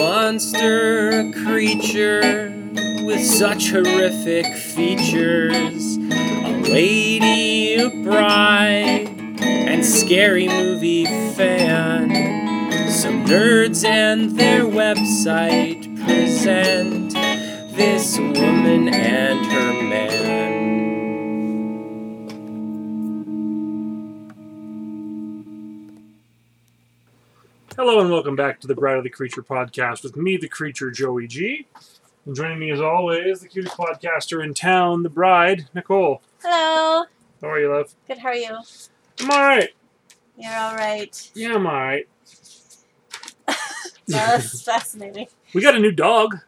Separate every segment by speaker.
Speaker 1: monster, a creature with such horrific features. A lady, a bride, and scary movie fan. Some nerds and their website present this woman and her man.
Speaker 2: Hello and welcome back to the Bride of the Creature podcast with me, the creature, Joey G. And joining me as always, the cutest podcaster in town, the bride, Nicole.
Speaker 3: Hello.
Speaker 2: How are you, love?
Speaker 3: Good. How are you?
Speaker 2: I'm alright.
Speaker 3: You're all right.
Speaker 2: Yeah, I'm alright.
Speaker 3: That's fascinating.
Speaker 2: We got a new dog.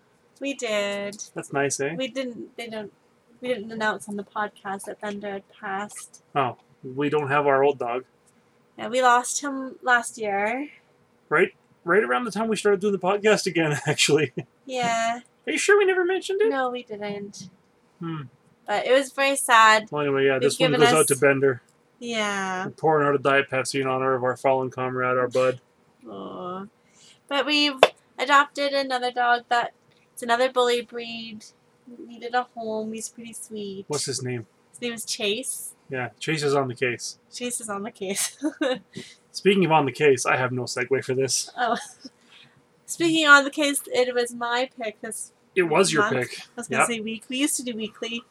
Speaker 3: We did.
Speaker 2: That's nice, eh?
Speaker 3: We didn't. They don't. We didn't announce on the podcast that Thunder had passed.
Speaker 2: Oh, we don't have our old dog.
Speaker 3: Yeah, we lost him last year.
Speaker 2: Right right around the time we started doing the podcast again, actually.
Speaker 3: Yeah.
Speaker 2: Are you sure we never mentioned it?
Speaker 3: No, we didn't.
Speaker 2: Hmm.
Speaker 3: But it was very sad.
Speaker 2: Well, anyway, yeah,
Speaker 3: They've
Speaker 2: this one
Speaker 3: given
Speaker 2: goes
Speaker 3: us-
Speaker 2: out to Bender.
Speaker 3: Yeah.
Speaker 2: We're pouring out a Diet Pepsi in honor of our fallen comrade, our bud.
Speaker 3: Aw. But we've adopted another dog that it's another bully breed. Needed a home. He's pretty sweet.
Speaker 2: What's his name?
Speaker 3: His name is Chase.
Speaker 2: Yeah, Chase is on the case.
Speaker 3: Chase is on the case.
Speaker 2: Speaking of on the case, I have no segue for this.
Speaker 3: Oh. Speaking on the case, it was my pick this
Speaker 2: It was your
Speaker 3: Month.
Speaker 2: pick.
Speaker 3: I was gonna
Speaker 2: Yep.
Speaker 3: say week. We used to do weekly.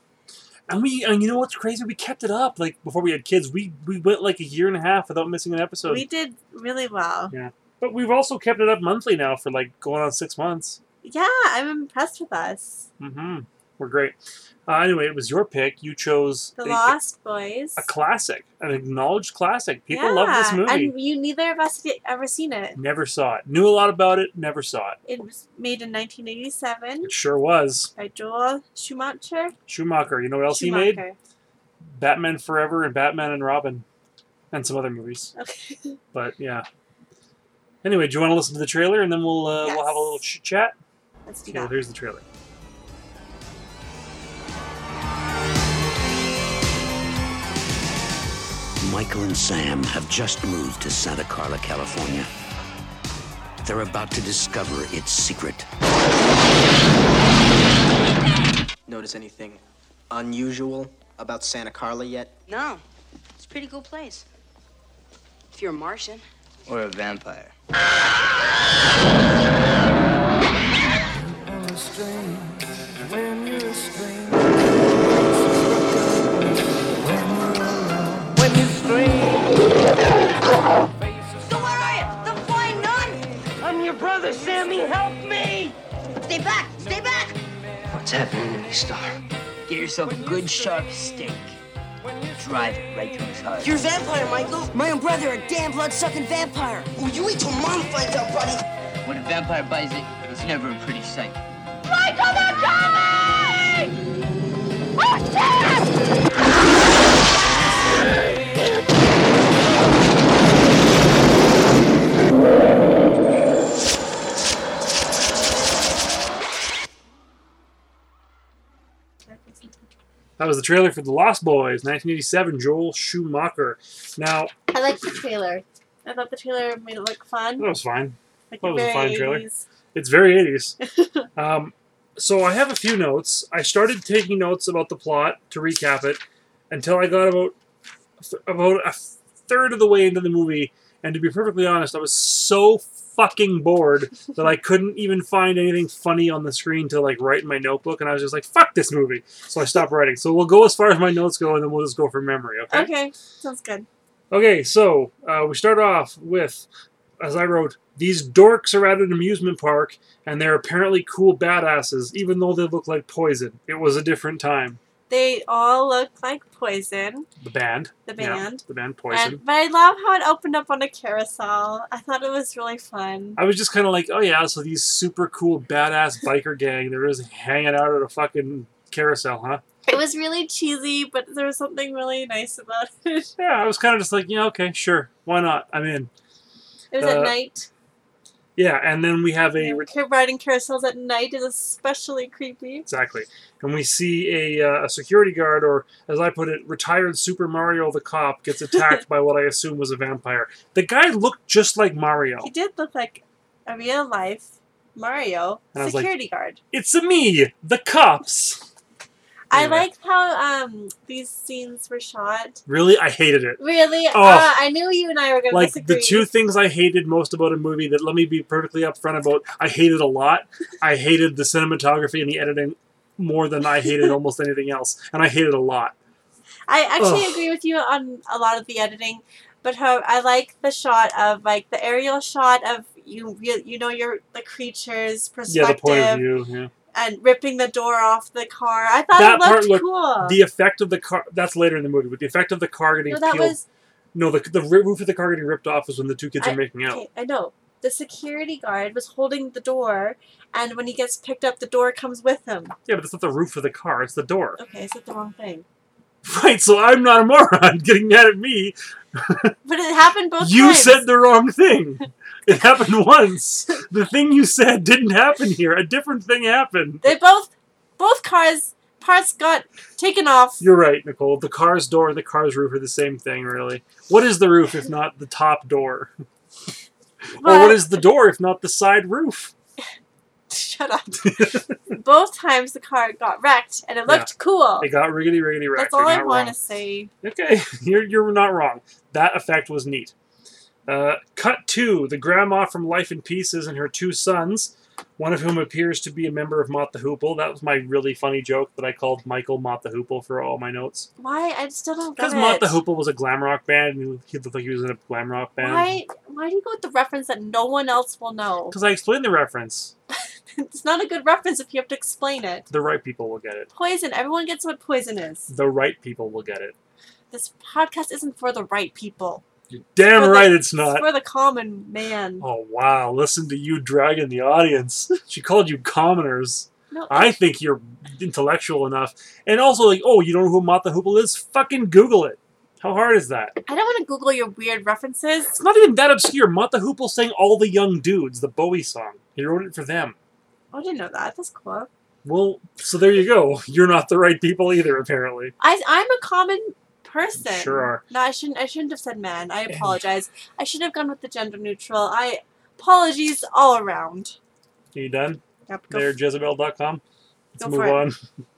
Speaker 2: And we, and you know what's crazy? We kept it up. Like before we had kids, we we went like a year and a half without missing an episode.
Speaker 3: we did really well.
Speaker 2: but we've also kept it up monthly now for like going on six months.
Speaker 3: Yeah, I'm impressed with us.
Speaker 2: Mm-hmm. We're great. Uh, anyway, it was your pick. You chose a,
Speaker 3: The Lost Boys.
Speaker 2: a classic, an acknowledged classic. People love this
Speaker 3: Yeah,
Speaker 2: movie.
Speaker 3: And you neither of us had ever seen it.
Speaker 2: Never saw it. Knew a lot about it. Never saw it.
Speaker 3: It was made in 1987
Speaker 2: It sure was
Speaker 3: by Joel Schumacher.
Speaker 2: Schumacher. You know what else
Speaker 3: Schumacher.
Speaker 2: he made? Batman Forever and Batman and Robin, and some other movies.
Speaker 3: Okay.
Speaker 2: But yeah. Anyway, do you want to listen to the trailer and then we'll uh, we'll have a little
Speaker 3: Yes.
Speaker 2: chit chat?
Speaker 3: Let's do
Speaker 2: Okay, well,
Speaker 3: that.
Speaker 2: here's the trailer.
Speaker 4: Michael and Sam have just moved to Santa Carla, California. They're about to discover its secret.
Speaker 5: Notice anything unusual about Santa Carla yet?
Speaker 6: No, it's a pretty cool place. If you're a Martian.
Speaker 5: Or a vampire?
Speaker 6: So where are you? The flying nun!
Speaker 7: I'm your brother, Sammy. Help me!
Speaker 6: Stay back! Stay back!
Speaker 7: What's happening to me, Star?
Speaker 8: Get yourself a good sharp stake. Drive it right through his heart.
Speaker 6: You're a vampire, Michael. My own brother, a damn blood-sucking vampire. Oh, you wait till Mom finds out, buddy.
Speaker 8: When a vampire buys it, it's never a pretty sight.
Speaker 6: Michael, they're coming!
Speaker 2: That was the trailer for The Lost Boys, 1987, Joel Schumacher. Now,
Speaker 3: I liked the trailer. I thought the trailer made it look
Speaker 2: that
Speaker 3: fun.
Speaker 2: was fine.
Speaker 3: Like
Speaker 2: that was a
Speaker 3: very
Speaker 2: fun trailer.
Speaker 3: 80s.
Speaker 2: It's very 80s. um, so I have a few notes. I started taking notes about the plot to recap it until I got about about a third of the way into the movie, and to be perfectly honest, I was so fucking bored that I couldn't even find anything funny on the screen to like write in my notebook, and I was just like, "Fuck this movie!" So I stopped writing. So we'll go as far as my notes go, and then we'll just go from memory. Okay.
Speaker 3: Okay, sounds good.
Speaker 2: Okay, so uh, we start off with, as I wrote, these dorks are at an amusement park and they're apparently cool badasses, even though they look like poison. It was a different time.
Speaker 3: They all look like poison.
Speaker 2: The band.
Speaker 3: The
Speaker 2: Yeah,
Speaker 3: band.
Speaker 2: the band Poison.
Speaker 3: And, but I love how it opened up on a carousel. I thought it was really fun.
Speaker 2: I was just kind of like, oh yeah, so these super cool badass biker gang, they're just hanging out at a fucking carousel, huh?
Speaker 3: It was really cheesy, but there was something really nice about it.
Speaker 2: Yeah, I was kind of just like, yeah, okay, sure, why not? I'm in.
Speaker 3: It was
Speaker 2: Uh,
Speaker 3: at night.
Speaker 2: Yeah, and then we have a
Speaker 3: Yeah, car- Riding carousels at night is especially creepy.
Speaker 2: Exactly. And we see a, uh, a security guard, or as I put it, retired Super Mario the cop, gets attacked by what I assume Oh. was a vampire. The guy looked just like Mario.
Speaker 3: He did look like a real life Mario,
Speaker 2: And I was like-
Speaker 3: security guard.
Speaker 2: It's a me, the cops.
Speaker 3: I
Speaker 2: Anyway.
Speaker 3: liked how um these scenes were shot.
Speaker 2: Really, I hated it.
Speaker 3: Really,
Speaker 2: Oh.
Speaker 3: uh, I knew you and I were gonna
Speaker 2: Like
Speaker 3: disagree.
Speaker 2: the two things I hated most about a movie that let me be perfectly upfront about, I hated a lot. I hated the cinematography and the editing more than I hated almost anything else, and I hated a lot.
Speaker 3: I actually
Speaker 2: Ugh.
Speaker 3: agree with you on a lot of the editing, but how I like the shot of like the aerial shot of you. You, you know your the creature's perspective
Speaker 2: Yeah, the point of view. Yeah.
Speaker 3: and ripping the door off the car. I thought
Speaker 2: That
Speaker 3: it
Speaker 2: part looked-
Speaker 3: looked cool.
Speaker 2: The effect of the car—that's later in the movie—but the effect of the car getting
Speaker 3: uh, no, that
Speaker 2: peeled.
Speaker 3: was
Speaker 2: no, the, the roof of the car getting ripped off was when the two kids are making out.
Speaker 3: Okay, I know. The security guard was holding the door, and when he gets picked up, the door comes with him.
Speaker 2: Yeah, but it's not the roof of the car; it's the door.
Speaker 3: Okay, I said the wrong thing.
Speaker 2: Right. So I'm not a moron getting mad at me.
Speaker 3: But it happened both
Speaker 2: you
Speaker 3: times.
Speaker 2: said the wrong thing. It happened once. The thing you said didn't happen here. A different thing happened.
Speaker 3: They both, both cars, parts got taken off.
Speaker 2: You're right, Nicole. The car's door and the car's roof are the same thing, really. What is the roof if not the top door? Or what
Speaker 3: but-
Speaker 2: is the door if not the side roof?
Speaker 3: Shut up. both times the car got wrecked, and it looked cool.
Speaker 2: It got riggedy riggedy wrecked.
Speaker 3: That's all
Speaker 2: You're
Speaker 3: I
Speaker 2: not
Speaker 3: want
Speaker 2: wrong.
Speaker 3: to say.
Speaker 2: Okay, you're, you're not wrong. That effect was neat. Uh, cut two. The grandma from Life in Pieces and her two sons, one of whom appears to be a member of Mott the Hoople. That was my really funny joke that I called Michael Mott the Hoople for all my notes.
Speaker 3: Why? I still don't get
Speaker 2: Because
Speaker 3: it.
Speaker 2: Mott the Hoople was a glam rock band, and he looked like he was in a glam rock band.
Speaker 3: Why? Why do you go with the reference that no one else will know?
Speaker 2: Because I explained the reference.
Speaker 3: it's not a good reference if you have to explain it.
Speaker 2: The right people will get it.
Speaker 3: Poison. Everyone gets what poison is.
Speaker 2: The right people will get it.
Speaker 3: This podcast isn't for the right people.
Speaker 2: You're damn
Speaker 3: For the-
Speaker 2: right it's
Speaker 3: It's
Speaker 2: not.
Speaker 3: for the common man.
Speaker 2: Oh, wow. Listen to you dragging the audience. She called you commoners.
Speaker 3: No,
Speaker 2: I think you're intellectual enough. And also, like, oh, you don't know who Mata Hoople is? Fucking Google it. How hard is that?
Speaker 3: I don't want to Google your weird references.
Speaker 2: It's not even that obscure. Mata Hoople sang All the Young Dudes, the Bowie song. He wrote it for them.
Speaker 3: Oh, I didn't know that. That's cool.
Speaker 2: Well, so there you go. You're not the right people either, apparently.
Speaker 3: I, I'm a common person.
Speaker 2: Sure are.
Speaker 3: No, I shouldn't. I shouldn't have said man. I apologize. I should have gone with the gender neutral. I apologies all around.
Speaker 2: Are you done?
Speaker 3: Yep, go
Speaker 2: There, Jezebel.com. Let's
Speaker 3: Go
Speaker 2: move
Speaker 3: for it.
Speaker 2: on.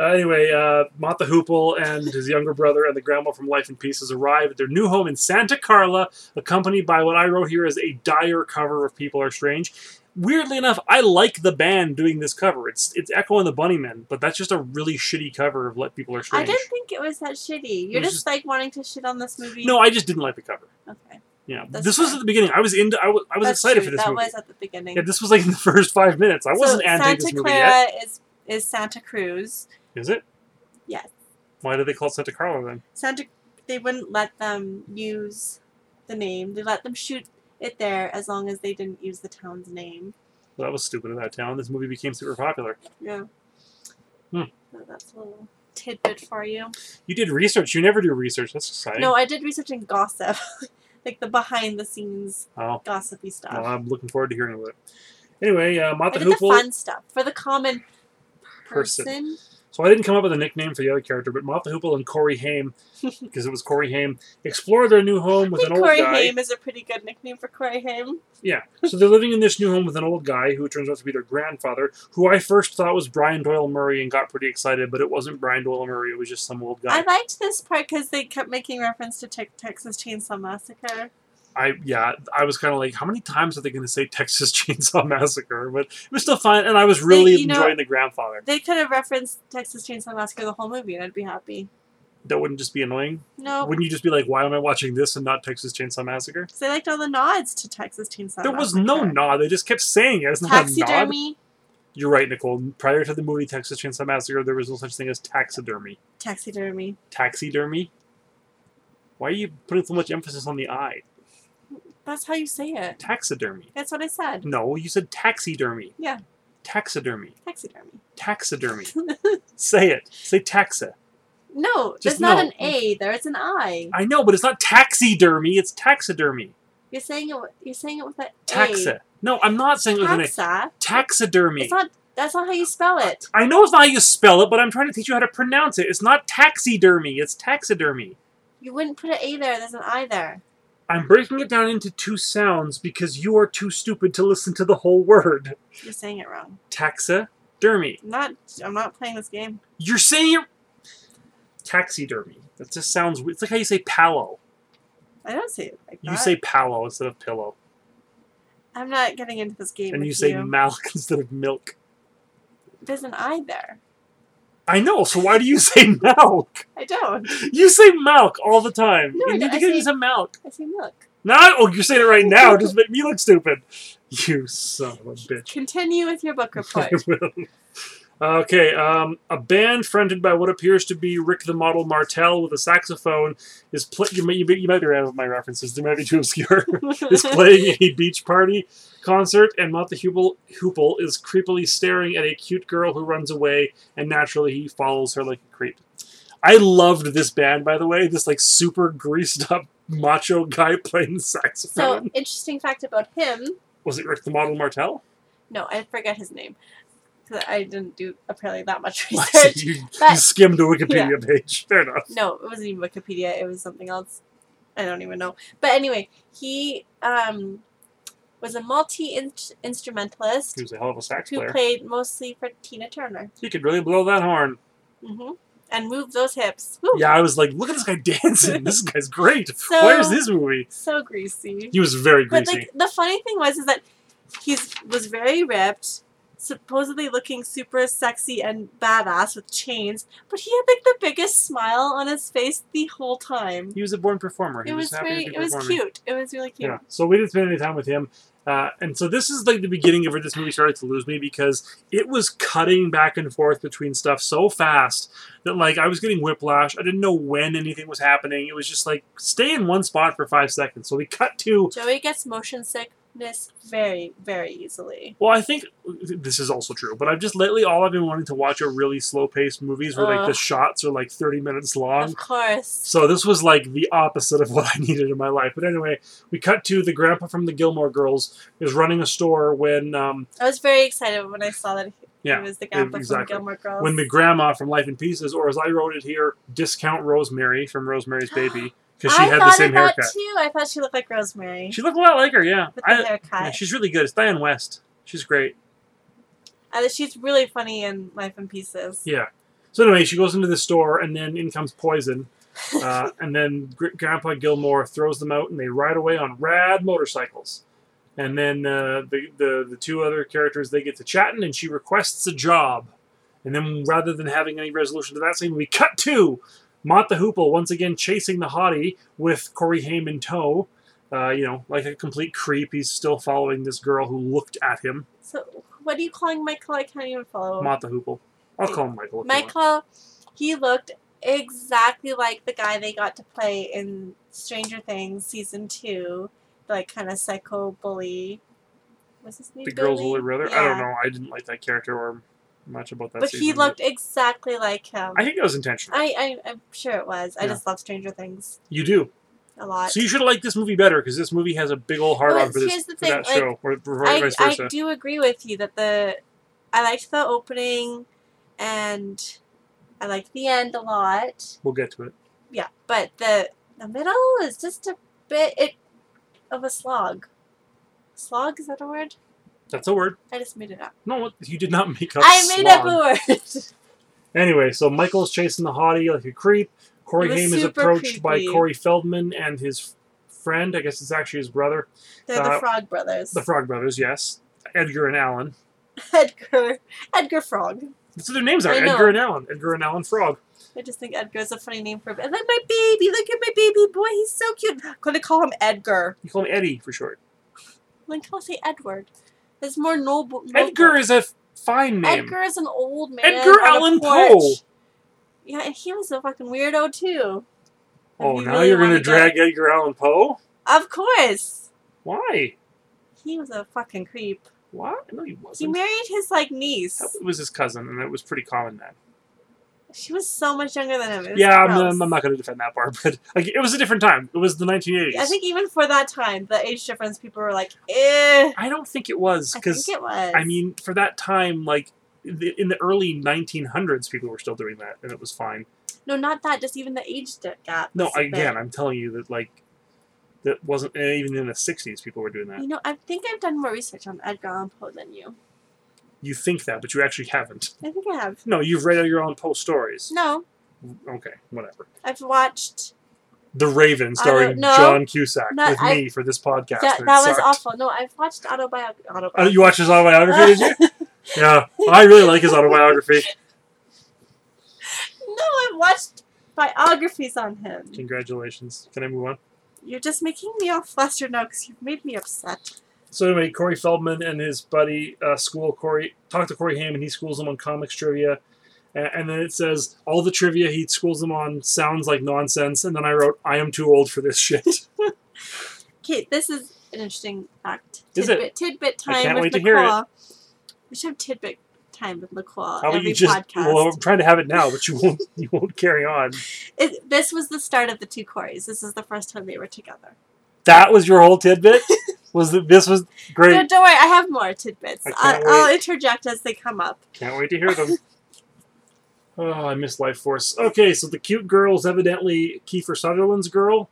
Speaker 2: Uh, anyway, uh, Mata Hoople and his younger brother and the grandma from Life in Pieces arrive at their new home in Santa Carla, accompanied by what I wrote here as a dire cover of People Are Strange. Weirdly enough, I like the band doing this cover. It's it's Echo and the Bunnymen, but that's just a really shitty cover of Let People Are
Speaker 3: I
Speaker 2: Strange.
Speaker 3: didn't think it was that shitty. You're
Speaker 2: was
Speaker 3: just, like wanting to shit on this movie.
Speaker 2: no, I just didn't like the cover.
Speaker 3: okay.
Speaker 2: Yeah,
Speaker 3: That's
Speaker 2: this was
Speaker 3: fine.
Speaker 2: at the beginning. I was into. I wa- I was
Speaker 3: That's
Speaker 2: excited
Speaker 3: true.
Speaker 2: for this
Speaker 3: That
Speaker 2: movie.
Speaker 3: was at the beginning.
Speaker 2: Yeah, this was like in the first five minutes. I wasn't
Speaker 3: so
Speaker 2: anti
Speaker 3: Santa
Speaker 2: this movie yet.
Speaker 3: Clara is is Santa Cruz.
Speaker 2: Is it?
Speaker 3: Yes.
Speaker 2: Why did they call it Santa Carla then?
Speaker 3: Santa, they wouldn't let them use the name. They let them shoot it there as long as they didn't use the town's name.
Speaker 2: Well, that was stupid of that town. This movie became super popular.
Speaker 3: Yeah.
Speaker 2: Hmm.
Speaker 3: So that's a little tidbit for you.
Speaker 2: You did research. You never do research. That's exciting.
Speaker 3: No, I did research in gossip, like the behind the scenes
Speaker 2: oh,
Speaker 3: gossipy stuff.
Speaker 2: well, I'm looking forward to hearing about it. Anyway, uh,
Speaker 3: I
Speaker 2: Mata
Speaker 3: did the
Speaker 2: Hoople.
Speaker 3: fun stuff for the common
Speaker 2: Person.
Speaker 3: person.
Speaker 2: So I didn't come up with a nickname for the other character, but Mata Hoople and Corey Haim, because it was Corey Haim, explore their new home
Speaker 3: I
Speaker 2: with an
Speaker 3: think
Speaker 2: old
Speaker 3: Corey
Speaker 2: guy.
Speaker 3: Haim is a pretty good nickname for Corey Haim.
Speaker 2: Yeah. So they're living in this new home with an old guy who turns out to be their grandfather, who I first thought was Brian Doyle Murray and got pretty excited, but it wasn't Brian Doyle Murray. It was just some old guy.
Speaker 3: I liked this part because they kept making reference to Tex Texas Chainsaw Massacre.
Speaker 2: I yeah, I was kind of like, how many times are they going to say Texas Chainsaw Massacre? But it was still fun, and I was really
Speaker 3: you know-
Speaker 2: enjoying the grandfather.
Speaker 3: They could have referenced Texas Chainsaw Massacre the whole movie, and I'd be happy.
Speaker 2: That wouldn't just be annoying.
Speaker 3: No,
Speaker 2: Wouldn't you just be like, why am I watching this and not Texas Chainsaw Massacre?
Speaker 3: 'cause I liked all the nods to Texas Chainsaw.
Speaker 2: There was
Speaker 3: Massacre.
Speaker 2: no nod. They just kept saying it. It's not a nod.
Speaker 3: taxidermy.
Speaker 2: You're right, Nicole. Prior to the movie Texas Chainsaw Massacre, there was no such thing as taxidermy.
Speaker 3: Taxidermy.
Speaker 2: Taxidermy. Why are you putting so much emphasis on the I?
Speaker 3: That's how you say it.
Speaker 2: Taxidermy.
Speaker 3: That's what I said.
Speaker 2: No, you said taxidermy.
Speaker 3: Yeah.
Speaker 2: Taxidermy.
Speaker 3: Taxidermy.
Speaker 2: Taxidermy. Say it. Say taxa.
Speaker 3: No,
Speaker 2: Just
Speaker 3: there's not
Speaker 2: no.
Speaker 3: an A there. It's an I.
Speaker 2: I know, but it's not taxidermy. It's taxidermy.
Speaker 3: You're saying it. wi- You're saying it with an
Speaker 2: Taxa. No, I'm not saying
Speaker 3: A.
Speaker 2: it was an A.
Speaker 3: Taxa.
Speaker 2: Taxidermy.
Speaker 3: It's not. That's not how you spell it.
Speaker 2: I know it's not how you spell it, but I'm trying to teach you how to pronounce it. It's not taxidermy. It's taxidermy.
Speaker 3: You wouldn't put an A there. There's an I there.
Speaker 2: I'm breaking it down into two sounds because you are too stupid to listen to the whole word.
Speaker 3: You're saying it wrong.
Speaker 2: Taxidermy.
Speaker 3: I'm not. I'm not playing this game.
Speaker 2: You're saying it. Taxidermy. That just sounds. weird. It's like how you say palo.
Speaker 3: I don't say it like that.
Speaker 2: You say palo instead of pillow,
Speaker 3: I'm not getting into this game.
Speaker 2: and
Speaker 3: with
Speaker 2: you say milk instead of milk.
Speaker 3: There's an I there.
Speaker 2: I know. So why do you say milk?
Speaker 3: I don't.
Speaker 2: You say milk all the time.
Speaker 3: No,
Speaker 2: you
Speaker 3: I
Speaker 2: need
Speaker 3: don't.
Speaker 2: to
Speaker 3: I
Speaker 2: get
Speaker 3: say-
Speaker 2: into milk.
Speaker 3: I say look.
Speaker 2: Not. Oh, you're saying it right now. Just make me look stupid. You son of a bitch.
Speaker 3: Continue with your book report.
Speaker 2: I will. Okay, um, a band fronted by what appears to be Rick the Model Martel with a saxophone is pl- you, may, you, may, you might be right with my references. They might be too obscure. is playing a beach party concert, and Mata Hoople, Hoople is creepily staring at a cute girl who runs away, and naturally he follows her like a creep. I loved this band, by the way. This like super greased up macho guy playing the
Speaker 3: so
Speaker 2: saxophone.
Speaker 3: interesting fact about him.
Speaker 2: Was it Rick the Model Martel?
Speaker 3: No, I forget his name. 'Cause I didn't do apparently that much
Speaker 2: I see
Speaker 3: research.
Speaker 2: you, you
Speaker 3: But-
Speaker 2: skimmed the Wikipedia page. Fair enough.
Speaker 3: no, it wasn't even Wikipedia. It was something else. I don't even know. But anyway, he um, was a multi instrumentalist
Speaker 2: He was a hell of a sax
Speaker 3: who
Speaker 2: player.
Speaker 3: played mostly for Tina Turner.
Speaker 2: He could really blow that horn.
Speaker 3: hmm And moved those hips. Woo!
Speaker 2: Yeah, I was like, look at this guy dancing. This guy's great.
Speaker 3: So-
Speaker 2: Where's this movie?
Speaker 3: So greasy.
Speaker 2: He was very
Speaker 3: But
Speaker 2: greasy.
Speaker 3: like the funny thing was is that he was very ripped, supposedly looking super sexy and badass with chains, but he had like the biggest smile on his face the whole time.
Speaker 2: he was a born performer. He
Speaker 3: It was
Speaker 2: happy to
Speaker 3: very,
Speaker 2: be
Speaker 3: it was
Speaker 2: performing.
Speaker 3: cute. It was really cute.
Speaker 2: Yeah. So we didn't spend any time with him. Uh, and so this is like the beginning of where this movie started to lose me because it was cutting back and forth between stuff so fast that like I was getting whiplash. I didn't know when anything was happening. It was just like stay in one spot for five seconds. So we cut to
Speaker 3: Joey gets motion sickness very, very easily.
Speaker 2: Well, I think this is also true, but I've just lately all I've been wanting to watch are really slow paced movies where like the
Speaker 3: Ugh.
Speaker 2: shots are like thirty minutes long.
Speaker 3: Of course.
Speaker 2: Um, So this was like the opposite of what I needed in my life. But anyway, we cut to the grandpa from the Gilmore Girls is running a store when um,
Speaker 3: I was very excited when I saw that he
Speaker 2: Yeah,
Speaker 3: was the grandpa from
Speaker 2: exactly.
Speaker 3: Gilmore Girls.
Speaker 2: when the grandma from Life in Pieces, or as I wrote it here, discount Rosemary from Rosemary's Baby because she
Speaker 3: I
Speaker 2: had the
Speaker 3: thought
Speaker 2: same
Speaker 3: of that
Speaker 2: haircut.
Speaker 3: too. I thought she looked like Rosemary
Speaker 2: She looked a lot like her. Yeah,
Speaker 3: with the
Speaker 2: I,
Speaker 3: haircut.
Speaker 2: yeah, she's really good. It's Diane West. She's great.
Speaker 3: And she's really funny in Life in Pieces.
Speaker 2: Yeah. So anyway, she goes into the store, and then in comes Poison, uh, and then Gr- Grandpa Gilmore throws them out, and they ride away on rad motorcycles. And then uh, the, the the two other characters they get to chatting, and she requests a job. And then rather than having any resolution to that scene, we cut to Mott the Hoople once again chasing the hottie with Corey Haim in tow. Uh, you know, like a complete creep, he's still following this girl who looked at him,
Speaker 3: So what are you calling Michael? I can't even follow.
Speaker 2: Mott the Hoople. I'll call him Michael. if you want.
Speaker 3: Michael, he looked exactly like the guy they got to play in Stranger Things season two, the, like kind of psycho bully. What's his name?
Speaker 2: the girl's
Speaker 3: Billy?
Speaker 2: older brother. I don't
Speaker 3: Yeah.
Speaker 2: know. I didn't like that character or much about that.
Speaker 3: But he
Speaker 2: season,
Speaker 3: looked exactly like him.
Speaker 2: I think that was intentional.
Speaker 3: I, I I'm sure it was. I
Speaker 2: Yeah.
Speaker 3: just love Stranger Things
Speaker 2: you do.
Speaker 3: a lot.
Speaker 2: So you should like this movie better because this movie has a big old hard on
Speaker 3: Well,
Speaker 2: for this
Speaker 3: here's the
Speaker 2: for
Speaker 3: thing,
Speaker 2: that
Speaker 3: like,
Speaker 2: show, or, or
Speaker 3: I,
Speaker 2: vice versa.
Speaker 3: I do agree with you that the I liked the opening and I liked the end a lot.
Speaker 2: we'll get to it.
Speaker 3: Yeah, but the the middle is just a bit it of a slog. Slog is that a word?
Speaker 2: That's a word.
Speaker 3: I just made it up.
Speaker 2: No, what- you did not make up.
Speaker 3: I made up a
Speaker 2: slog.
Speaker 3: word.
Speaker 2: Anyway, so Michael's chasing the hottie like a creep. Corey
Speaker 3: It was
Speaker 2: Haim is
Speaker 3: super
Speaker 2: approached by
Speaker 3: creepy.
Speaker 2: Corey Feldman and his friend. I guess it's actually his brother,
Speaker 3: They're
Speaker 2: Uh,
Speaker 3: the Frog Brothers.
Speaker 2: the Frog Brothers. Yes, Edgar and Alan.
Speaker 3: Edgar Edgar Frog.
Speaker 2: That's what their names are.
Speaker 3: I know.
Speaker 2: Edgar and Alan. Edgar and Alan Frog.
Speaker 3: I just think Edgar is a funny name for a And like my baby, look at my baby boy, he's so cute. I'm gonna call him Edgar.
Speaker 2: You call him Eddie for short.
Speaker 3: I'm like I'll say Edward. It's more noble. noble.
Speaker 2: Edgar is a fine name.
Speaker 3: Edgar is an old man.
Speaker 2: Edgar
Speaker 3: on a
Speaker 2: Allan
Speaker 3: porch.
Speaker 2: Poe.
Speaker 3: Yeah, and he was a fucking weirdo too. And
Speaker 2: Oh,
Speaker 3: we
Speaker 2: now
Speaker 3: really
Speaker 2: you're gonna
Speaker 3: wanna get-
Speaker 2: drag Edgar Allan Poe?
Speaker 3: Of course.
Speaker 2: Why?
Speaker 3: He was a fucking creep.
Speaker 2: What? No, he
Speaker 3: He
Speaker 2: wasn't.
Speaker 3: married his like niece.
Speaker 2: That was his cousin, and it was pretty common then.
Speaker 3: She was so much younger than him. It was
Speaker 2: Yeah, I'm,
Speaker 3: gross.
Speaker 2: I'm, I'm not going to defend that part, but like, it was a different time. It was the 1980s.
Speaker 3: I think even for that time, the age difference, people were like, "Eh."
Speaker 2: I don't think it was
Speaker 3: I think
Speaker 2: because
Speaker 3: it was.
Speaker 2: I mean, for that time, like the- in the early 1900s, people were still doing that, and it was fine.
Speaker 3: no, not that. Just even the age di- gap.
Speaker 2: No,
Speaker 3: was a
Speaker 2: again,
Speaker 3: bit-
Speaker 2: I'm telling you that like that wasn't eh, even in the 60s people were doing that.
Speaker 3: You know, I think I've done more research on Edgar Allan Poe than you.
Speaker 2: You think that, but you actually haven't.
Speaker 3: I think I have.
Speaker 2: No, you've read your own Poe stories.
Speaker 3: No,
Speaker 2: Okay, whatever.
Speaker 3: I've watched.
Speaker 2: The Raven,
Speaker 3: I don't
Speaker 2: starring
Speaker 3: know.
Speaker 2: John Cusack,
Speaker 3: No,
Speaker 2: with
Speaker 3: I-
Speaker 2: me for this podcast.
Speaker 3: that
Speaker 2: and it
Speaker 3: that was
Speaker 2: sucked.
Speaker 3: awful. No, I've watched autobiography.
Speaker 2: Uh,
Speaker 3: autobiography.
Speaker 2: you watched his autobiography, did you? Yeah, I really like his autobiography.
Speaker 3: no, I've watched biographies on him.
Speaker 2: Congratulations. Can I move on?
Speaker 3: You're just making me all flustered now because you've made me upset.
Speaker 2: So anyway, Corey Feldman and his buddy uh, school Corey talk to Corey Haim, and he schools them on comics trivia. A- And then it says all the trivia he schools them on sounds like nonsense. And then I wrote, "I am too old for this shit."
Speaker 3: Okay, this is an interesting fact.
Speaker 2: Is it?
Speaker 3: tidbit, Tidbit
Speaker 2: I
Speaker 3: time
Speaker 2: can't
Speaker 3: with
Speaker 2: wait to
Speaker 3: LaCroix.
Speaker 2: hear it.
Speaker 3: We should have tidbit time with LaCroix
Speaker 2: How about
Speaker 3: every
Speaker 2: you just?
Speaker 3: podcast.
Speaker 2: Well, I'm trying to have it now, but you won't. You won't carry on.
Speaker 3: It, this was the start of the two Corys. This is the first time they were together.
Speaker 2: That was your whole tidbit. Was that this was
Speaker 3: No,
Speaker 2: great?
Speaker 3: don't worry, I have more tidbits.
Speaker 2: I
Speaker 3: I
Speaker 2: can't
Speaker 3: will I'll interject as they come up.
Speaker 2: Can't wait to hear them. Oh, I miss Life Force. Okay, so the cute girl is evidently Kiefer Sutherland's girl,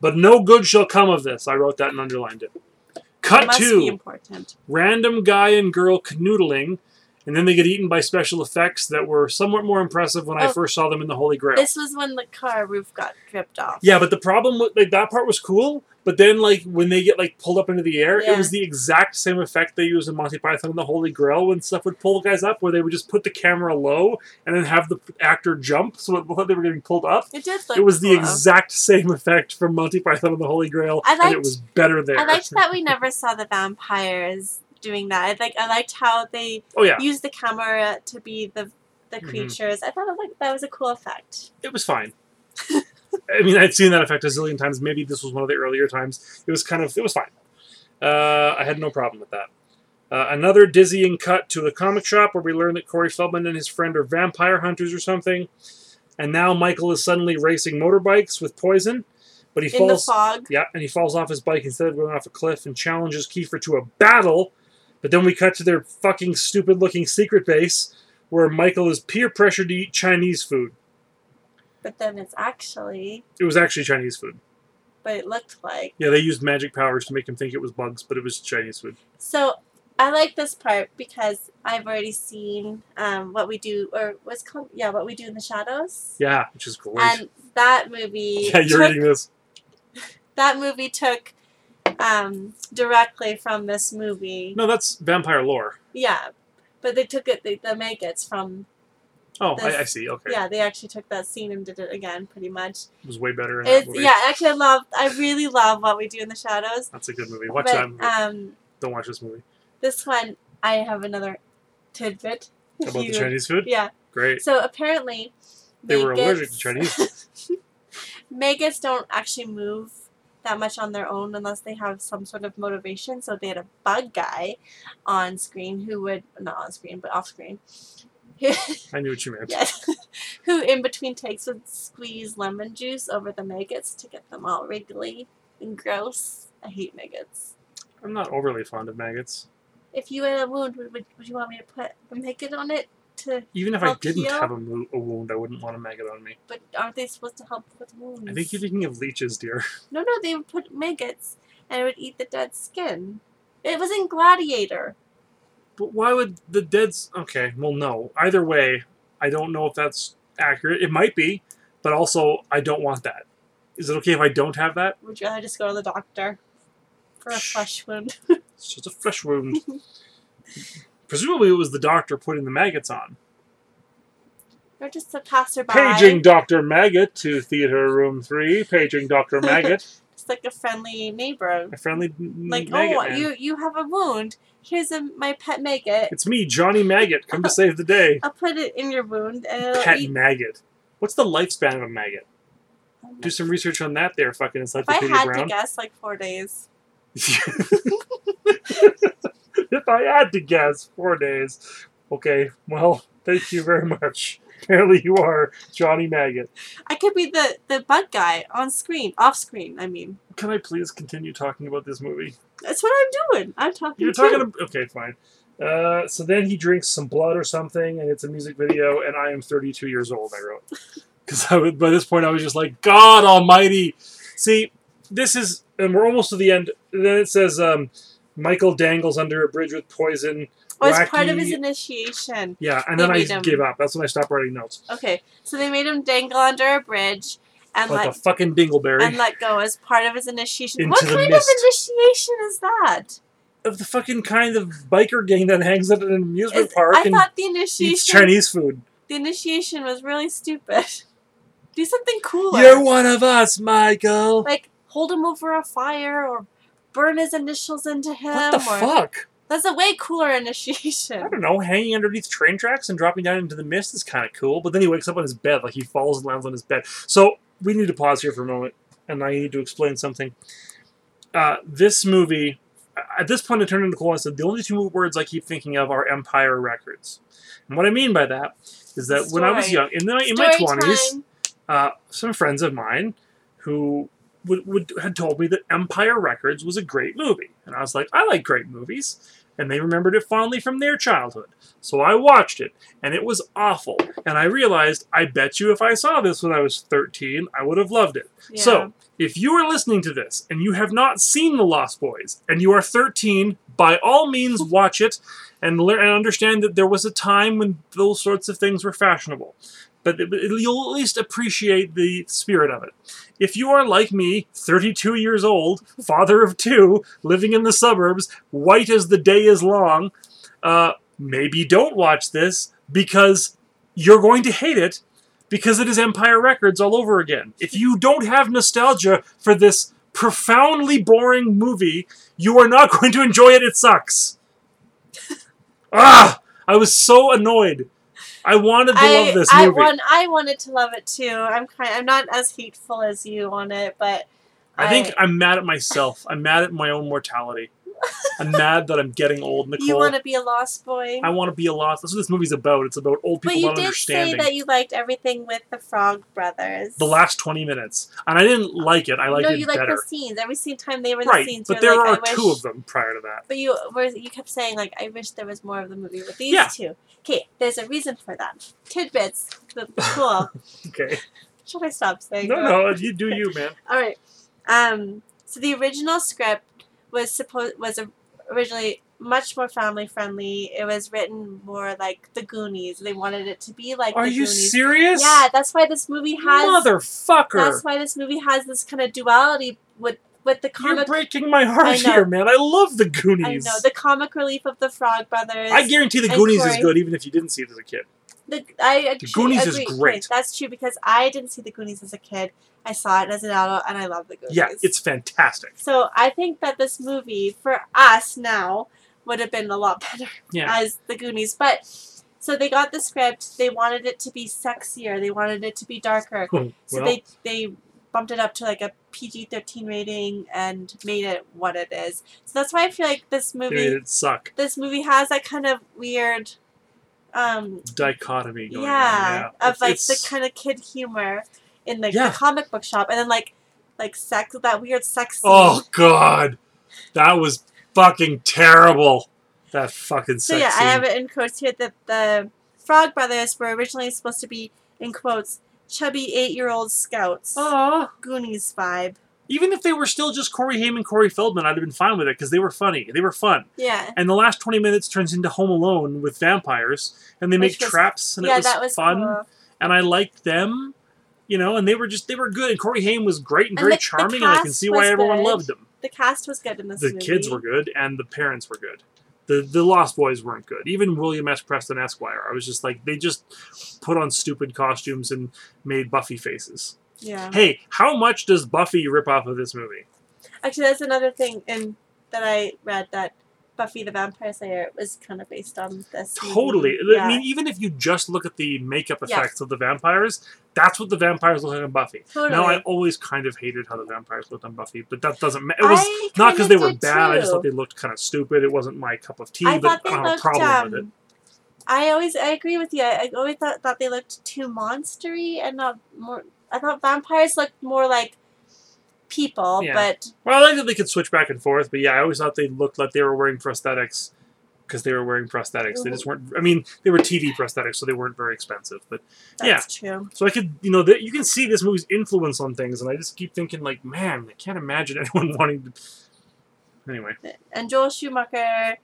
Speaker 2: but no good shall come of this. I wrote that and underlined it.
Speaker 3: it
Speaker 2: Cut
Speaker 3: must
Speaker 2: two.
Speaker 3: be important.
Speaker 2: random guy and girl canoodling, and then they get eaten by special effects that were somewhat more impressive when I
Speaker 3: Oh.
Speaker 2: first saw them in the Holy Grail.
Speaker 3: This was when the car roof got ripped off.
Speaker 2: yeah, but the problem with like that part was cool, but then like when they get like pulled up into the air,
Speaker 3: Yeah.
Speaker 2: it was the exact same effect they used in Monty Python and the Holy Grail when stuff would pull guys up, where they would just put the camera low and then have the actor jump so it looked like they were getting pulled up.
Speaker 3: It did look
Speaker 2: It was the
Speaker 3: cool.
Speaker 2: exact same effect from Monty Python and the Holy Grail,
Speaker 3: I
Speaker 2: and it
Speaker 3: liked-
Speaker 2: was better there.
Speaker 3: I liked that we never saw the vampires doing that. I like I liked how they
Speaker 2: oh yeah,
Speaker 3: used the camera to be the the
Speaker 2: Mhm.
Speaker 3: creatures. I thought it looked, that was a cool effect.
Speaker 2: it was fine. I mean, I'd seen that effect a zillion times. Maybe this was one of the earlier times. It was kind of, it was fine. Uh, I had no problem with that. Uh, another dizzying cut to the comic shop where we learn that Corey Feldman and his friend are vampire hunters or something. And now Michael is suddenly racing motorbikes with poison, but he
Speaker 3: In the
Speaker 2: falls.
Speaker 3: fog,
Speaker 2: Yeah, and he falls off his bike instead of going off a cliff and challenges Kiefer to a battle. But then we cut to their fucking stupid looking secret base where Michael is peer pressured to eat Chinese food.
Speaker 3: but then it's actually,
Speaker 2: It was actually Chinese food.
Speaker 3: but it looked like.
Speaker 2: Yeah, they used magic powers to make him think it was bugs, but it was Chinese food.
Speaker 3: So I like this part because I've already seen um, what we do, or what's called, yeah, what we do in the shadows.
Speaker 2: Yeah, which is great.
Speaker 3: And that movie,
Speaker 2: yeah, you're
Speaker 3: took-
Speaker 2: eating this.
Speaker 3: that movie took um, directly from this movie.
Speaker 2: No, that's vampire lore.
Speaker 3: Yeah, but they took it, the, the maggots from,
Speaker 2: Oh,
Speaker 3: This-
Speaker 2: I, I see. Okay,
Speaker 3: yeah, they actually took that scene and did it again, pretty much.
Speaker 2: it was way better in that
Speaker 3: It's,
Speaker 2: movie.
Speaker 3: yeah, actually, I love, I really love what we do in the shadows.
Speaker 2: That's a good movie. Watch
Speaker 3: but,
Speaker 2: that movie.
Speaker 3: Um,
Speaker 2: Don't watch this movie.
Speaker 3: This one, I have another tidbit.
Speaker 2: About the
Speaker 3: You-
Speaker 2: Chinese food?
Speaker 3: Yeah.
Speaker 2: Great.
Speaker 3: So apparently,
Speaker 2: They were allergic to
Speaker 3: maggots-
Speaker 2: Chinese
Speaker 3: maggots don't actually move that much on their own unless they have some sort of motivation. So they had a bug guy on screen who would not on screen but off screen. who-
Speaker 2: I knew what you meant.
Speaker 3: yes, who in between takes would squeeze lemon juice over the maggots to get them all wriggly and gross. I hate maggots.
Speaker 2: I'm not overly fond of maggots.
Speaker 3: If you had a wound, would, would, would you want me to put a maggot on it to
Speaker 2: Even if I
Speaker 3: Help
Speaker 2: didn't
Speaker 3: heal?
Speaker 2: have a, mo- a wound, I wouldn't want a maggot on me.
Speaker 3: But aren't they supposed to help with wounds?
Speaker 2: I think you're thinking of leeches, dear.
Speaker 3: No, no, they would put maggots and it would eat the dead skin. It was in Gladiator.
Speaker 2: But why would the dead's okay? Well, no. Either way, I don't know if that's accurate. It might be, but also I don't want that. Is it okay if I don't have that?
Speaker 3: Would you rather just go to the doctor for a flesh wound?
Speaker 2: It's just a flesh wound. Presumably, it was the doctor putting the maggots on.
Speaker 3: Or just a passerby.
Speaker 2: Paging Doctor Maggot to Theater Room Three. Paging Doctor Maggot,
Speaker 3: Just like a friendly neighbor.
Speaker 2: a friendly m-
Speaker 3: Like,
Speaker 2: maggot
Speaker 3: oh,
Speaker 2: man.
Speaker 3: you you have a wound. Here's a, my pet maggot.
Speaker 2: It's me, Johnny Maggot, come to save the day.
Speaker 3: I'll put it in your wound and it'll
Speaker 2: Pet
Speaker 3: eat.
Speaker 2: maggot. What's the lifespan of a maggot?
Speaker 3: Oh my-
Speaker 2: Do some research on that, there, fucking
Speaker 3: if I
Speaker 2: Encyclopedia
Speaker 3: had to
Speaker 2: Brown.
Speaker 3: guess, like four days.
Speaker 2: if I had to guess, four days. Okay, well, thank you very much. Apparently, you are Johnny Maggot.
Speaker 3: I could be the, the bug guy on screen, off screen, I mean.
Speaker 2: Can I please continue talking about this movie?
Speaker 3: That's what I'm doing. I'm talking
Speaker 2: You're
Speaker 3: to
Speaker 2: talking. About, okay, fine. Uh, so then he drinks some blood or something, and it's a music video. And I am 32 years old. I wrote because I would, by this point I was just like, God Almighty. See, this is, and we're almost to the end. Then it says, um, Michael dangles under a bridge with poison.
Speaker 3: Oh, it's part of
Speaker 2: Wacky-
Speaker 3: his initiation.
Speaker 2: Yeah, and
Speaker 3: They
Speaker 2: then I
Speaker 3: made him-
Speaker 2: gave up. That's when I stopped writing notes.
Speaker 3: Okay, so they made him dangle under a bridge and
Speaker 2: Like a
Speaker 3: let
Speaker 2: fucking dingleberry.
Speaker 3: and let go as part of his initiation.
Speaker 2: Into
Speaker 3: what
Speaker 2: the
Speaker 3: kind
Speaker 2: mist.
Speaker 3: of initiation is that?
Speaker 2: of the fucking kind of biker gang that hangs out at an amusement
Speaker 3: Is-
Speaker 2: park
Speaker 3: I
Speaker 2: and
Speaker 3: thought the
Speaker 2: eats
Speaker 3: initiation
Speaker 2: Chinese food.
Speaker 3: the initiation was really stupid. Do something cooler.
Speaker 2: You're one of us, Michael.
Speaker 3: like hold him over a fire or burn his initials into him
Speaker 2: What the
Speaker 3: or
Speaker 2: fuck?
Speaker 3: that's a way cooler
Speaker 2: I
Speaker 3: initiation.
Speaker 2: don't know. Hanging underneath train tracks and dropping down into the mist is kind of cool, but then he wakes up on his bed, like he falls and lands on his bed. So we need to pause here for a moment, and I need to explain something. Uh, this movie, at this point, I turned into Cole and said, the only two words I keep thinking of are Empire Records. And what I mean by that is that when I was young,
Speaker 3: Story.
Speaker 2: in, the, in my
Speaker 3: Story
Speaker 2: 20s,
Speaker 3: time.
Speaker 2: uh, some friends of mine who would, would had told me that Empire Records was a great movie, and I was like, I like great movies, and they remembered it fondly from their childhood. So I watched it, and it was awful. And I realized, I bet you, if I saw this when I was thirteen, I would have loved it.
Speaker 3: Yeah.
Speaker 2: So, if you are listening to this and you have not seen The Lost Boys and you are 13, by all means watch it and learn and understand that there was a time when those sorts of things were fashionable. But it- it- you'll at least appreciate the spirit of it. If you are like me, 32 years old, father of two, living in the suburbs, white as the day is long, uh, maybe don't watch this because you're going to hate it because it is Empire Records all over again. If you don't have nostalgia for this profoundly boring movie, you are not going to enjoy it. It sucks. ah! I was so annoyed. I wanted to
Speaker 3: I,
Speaker 2: love this
Speaker 3: I
Speaker 2: movie.
Speaker 3: want I wanted to love it too. I'm kind I'm not as hateful as you on it, but
Speaker 2: I think I'm mad at myself. I'm mad at my own mortality. I'm mad that I'm getting old, Nicole.
Speaker 3: you want to be a lost boy.
Speaker 2: I want to be a lost. That's what this movie's about. It's about old
Speaker 3: but
Speaker 2: people
Speaker 3: you
Speaker 2: not
Speaker 3: did say
Speaker 2: understanding.
Speaker 3: that you liked everything with the Frog Brothers.
Speaker 2: the last 20 minutes. And I didn't like it. I liked
Speaker 3: no,
Speaker 2: it
Speaker 3: you like
Speaker 2: better.
Speaker 3: the scenes. Every single time they were in
Speaker 2: right,
Speaker 3: the scenes,
Speaker 2: but
Speaker 3: you're
Speaker 2: there
Speaker 3: like,
Speaker 2: are
Speaker 3: I
Speaker 2: two
Speaker 3: wish
Speaker 2: of them prior to that.
Speaker 3: But you were you kept saying like I wish there was more of the movie with these
Speaker 2: Yeah.
Speaker 3: two. Okay, there's a reason for that. Tidbits. The- Cool.
Speaker 2: Okay.
Speaker 3: Should I stop saying
Speaker 2: No,
Speaker 3: that?
Speaker 2: no, you do you, man.
Speaker 3: All right. Um, so the original script was supposed was a, originally much more family friendly. It was written more like The Goonies. They wanted it to be like
Speaker 2: Are
Speaker 3: The
Speaker 2: you
Speaker 3: Goonies.
Speaker 2: serious?
Speaker 3: Yeah, that's why this movie has
Speaker 2: Motherfucker.
Speaker 3: that's why this movie has this kind of duality with with the
Speaker 2: You're
Speaker 3: comic.
Speaker 2: breaking my
Speaker 3: I
Speaker 2: heart
Speaker 3: know.
Speaker 2: here, man. I love the
Speaker 3: I
Speaker 2: Goonies.
Speaker 3: know the comic relief of the Frog Brothers.
Speaker 2: I guarantee the
Speaker 3: and
Speaker 2: Goonies is
Speaker 3: Corey.
Speaker 2: good even if you didn't see it as a kid.
Speaker 3: The, I actually
Speaker 2: Goonies is
Speaker 3: agree. Okay,
Speaker 2: great.
Speaker 3: That's true because I didn't see the Goonies as a kid. I saw it as an adult, and I love the Goonies.
Speaker 2: Yeah, it's fantastic.
Speaker 3: so I think that this movie for us now would have been a lot better
Speaker 2: Yeah.
Speaker 3: as the Goonies. But so they got the script. They wanted it to be sexier. They wanted it to be darker.
Speaker 2: well,
Speaker 3: So they they bumped it up to like a PG thirteen rating and made it what it is. So that's why I feel like this
Speaker 2: it
Speaker 3: movie
Speaker 2: made it suck.
Speaker 3: this movie has that kind of weird. Um,
Speaker 2: Dichotomy going
Speaker 3: yeah,
Speaker 2: on. Yeah.
Speaker 3: of like the kind of kid humor in like
Speaker 2: Yeah.
Speaker 3: the comic book shop, and then like like sex that weird sex scene.
Speaker 2: Oh, God. That was fucking terrible. That fucking
Speaker 3: so
Speaker 2: sex
Speaker 3: yeah,
Speaker 2: scene.
Speaker 3: I have it in quotes here that the Frog Brothers were originally supposed to be in quotes chubby eight year old scouts,
Speaker 2: Aw.
Speaker 3: Goonies vibe. Even
Speaker 2: Even if they were still just Corey Haim and Corey Feldman, I'd have been fine with it because they were funny. They were fun.
Speaker 3: Yeah,
Speaker 2: and the last 20 minutes turns into home alone with vampires and they
Speaker 3: Which
Speaker 2: make
Speaker 3: was-
Speaker 2: traps and
Speaker 3: yeah,
Speaker 2: it was,
Speaker 3: that was
Speaker 2: fun
Speaker 3: cool.
Speaker 2: and i liked them you know and they were just they were good and corey haim was great and,
Speaker 3: And
Speaker 2: very
Speaker 3: the- the
Speaker 2: charming and i can
Speaker 3: cast
Speaker 2: see why
Speaker 3: was
Speaker 2: everyone
Speaker 3: good.
Speaker 2: loved them
Speaker 3: The cast was good in this.
Speaker 2: the
Speaker 3: movie.
Speaker 2: kids were good and the parents were good the the lost boys weren't good even william s preston esquire i was just like they just put on stupid costumes and made buffy faces
Speaker 3: Yeah.
Speaker 2: hey how much does buffy rip off of this movie
Speaker 3: Actually, that's another thing in that I read that Buffy the Vampire Slayer was kind of based on this. movie.
Speaker 2: Totally. I
Speaker 3: Yeah.
Speaker 2: mean, even if you just look at the makeup
Speaker 3: Yeah.
Speaker 2: effects of the vampires, that's what the vampires look like on Buffy.
Speaker 3: totally.
Speaker 2: Now, I always kind of hated how the vampires looked on Buffy, but that doesn't matter. It was
Speaker 3: I
Speaker 2: not because
Speaker 3: kinda
Speaker 2: they were
Speaker 3: did
Speaker 2: bad. I just
Speaker 3: too.
Speaker 2: thought they looked kind of stupid. It wasn't my cup of tea,
Speaker 3: I
Speaker 2: but
Speaker 3: thought they
Speaker 2: I don't have a
Speaker 3: looked.
Speaker 2: problem
Speaker 3: um,
Speaker 2: with it.
Speaker 3: I always I agree with you. I, I always thought, thought they looked too monstery and not more. I thought vampires looked more like people,
Speaker 2: Yeah.
Speaker 3: but
Speaker 2: Well, I like that they could switch back and forth, but yeah, I always thought they looked like they were wearing prosthetics because they were wearing prosthetics. They just weren't. I mean, they were TV prosthetics, so they weren't very expensive. But
Speaker 3: That's true.
Speaker 2: so I could, you know, that you can see this movie's influence on things, and I just keep thinking, like, man, I can't imagine anyone wanting to. Anyway,
Speaker 3: And Joel Schumacher, am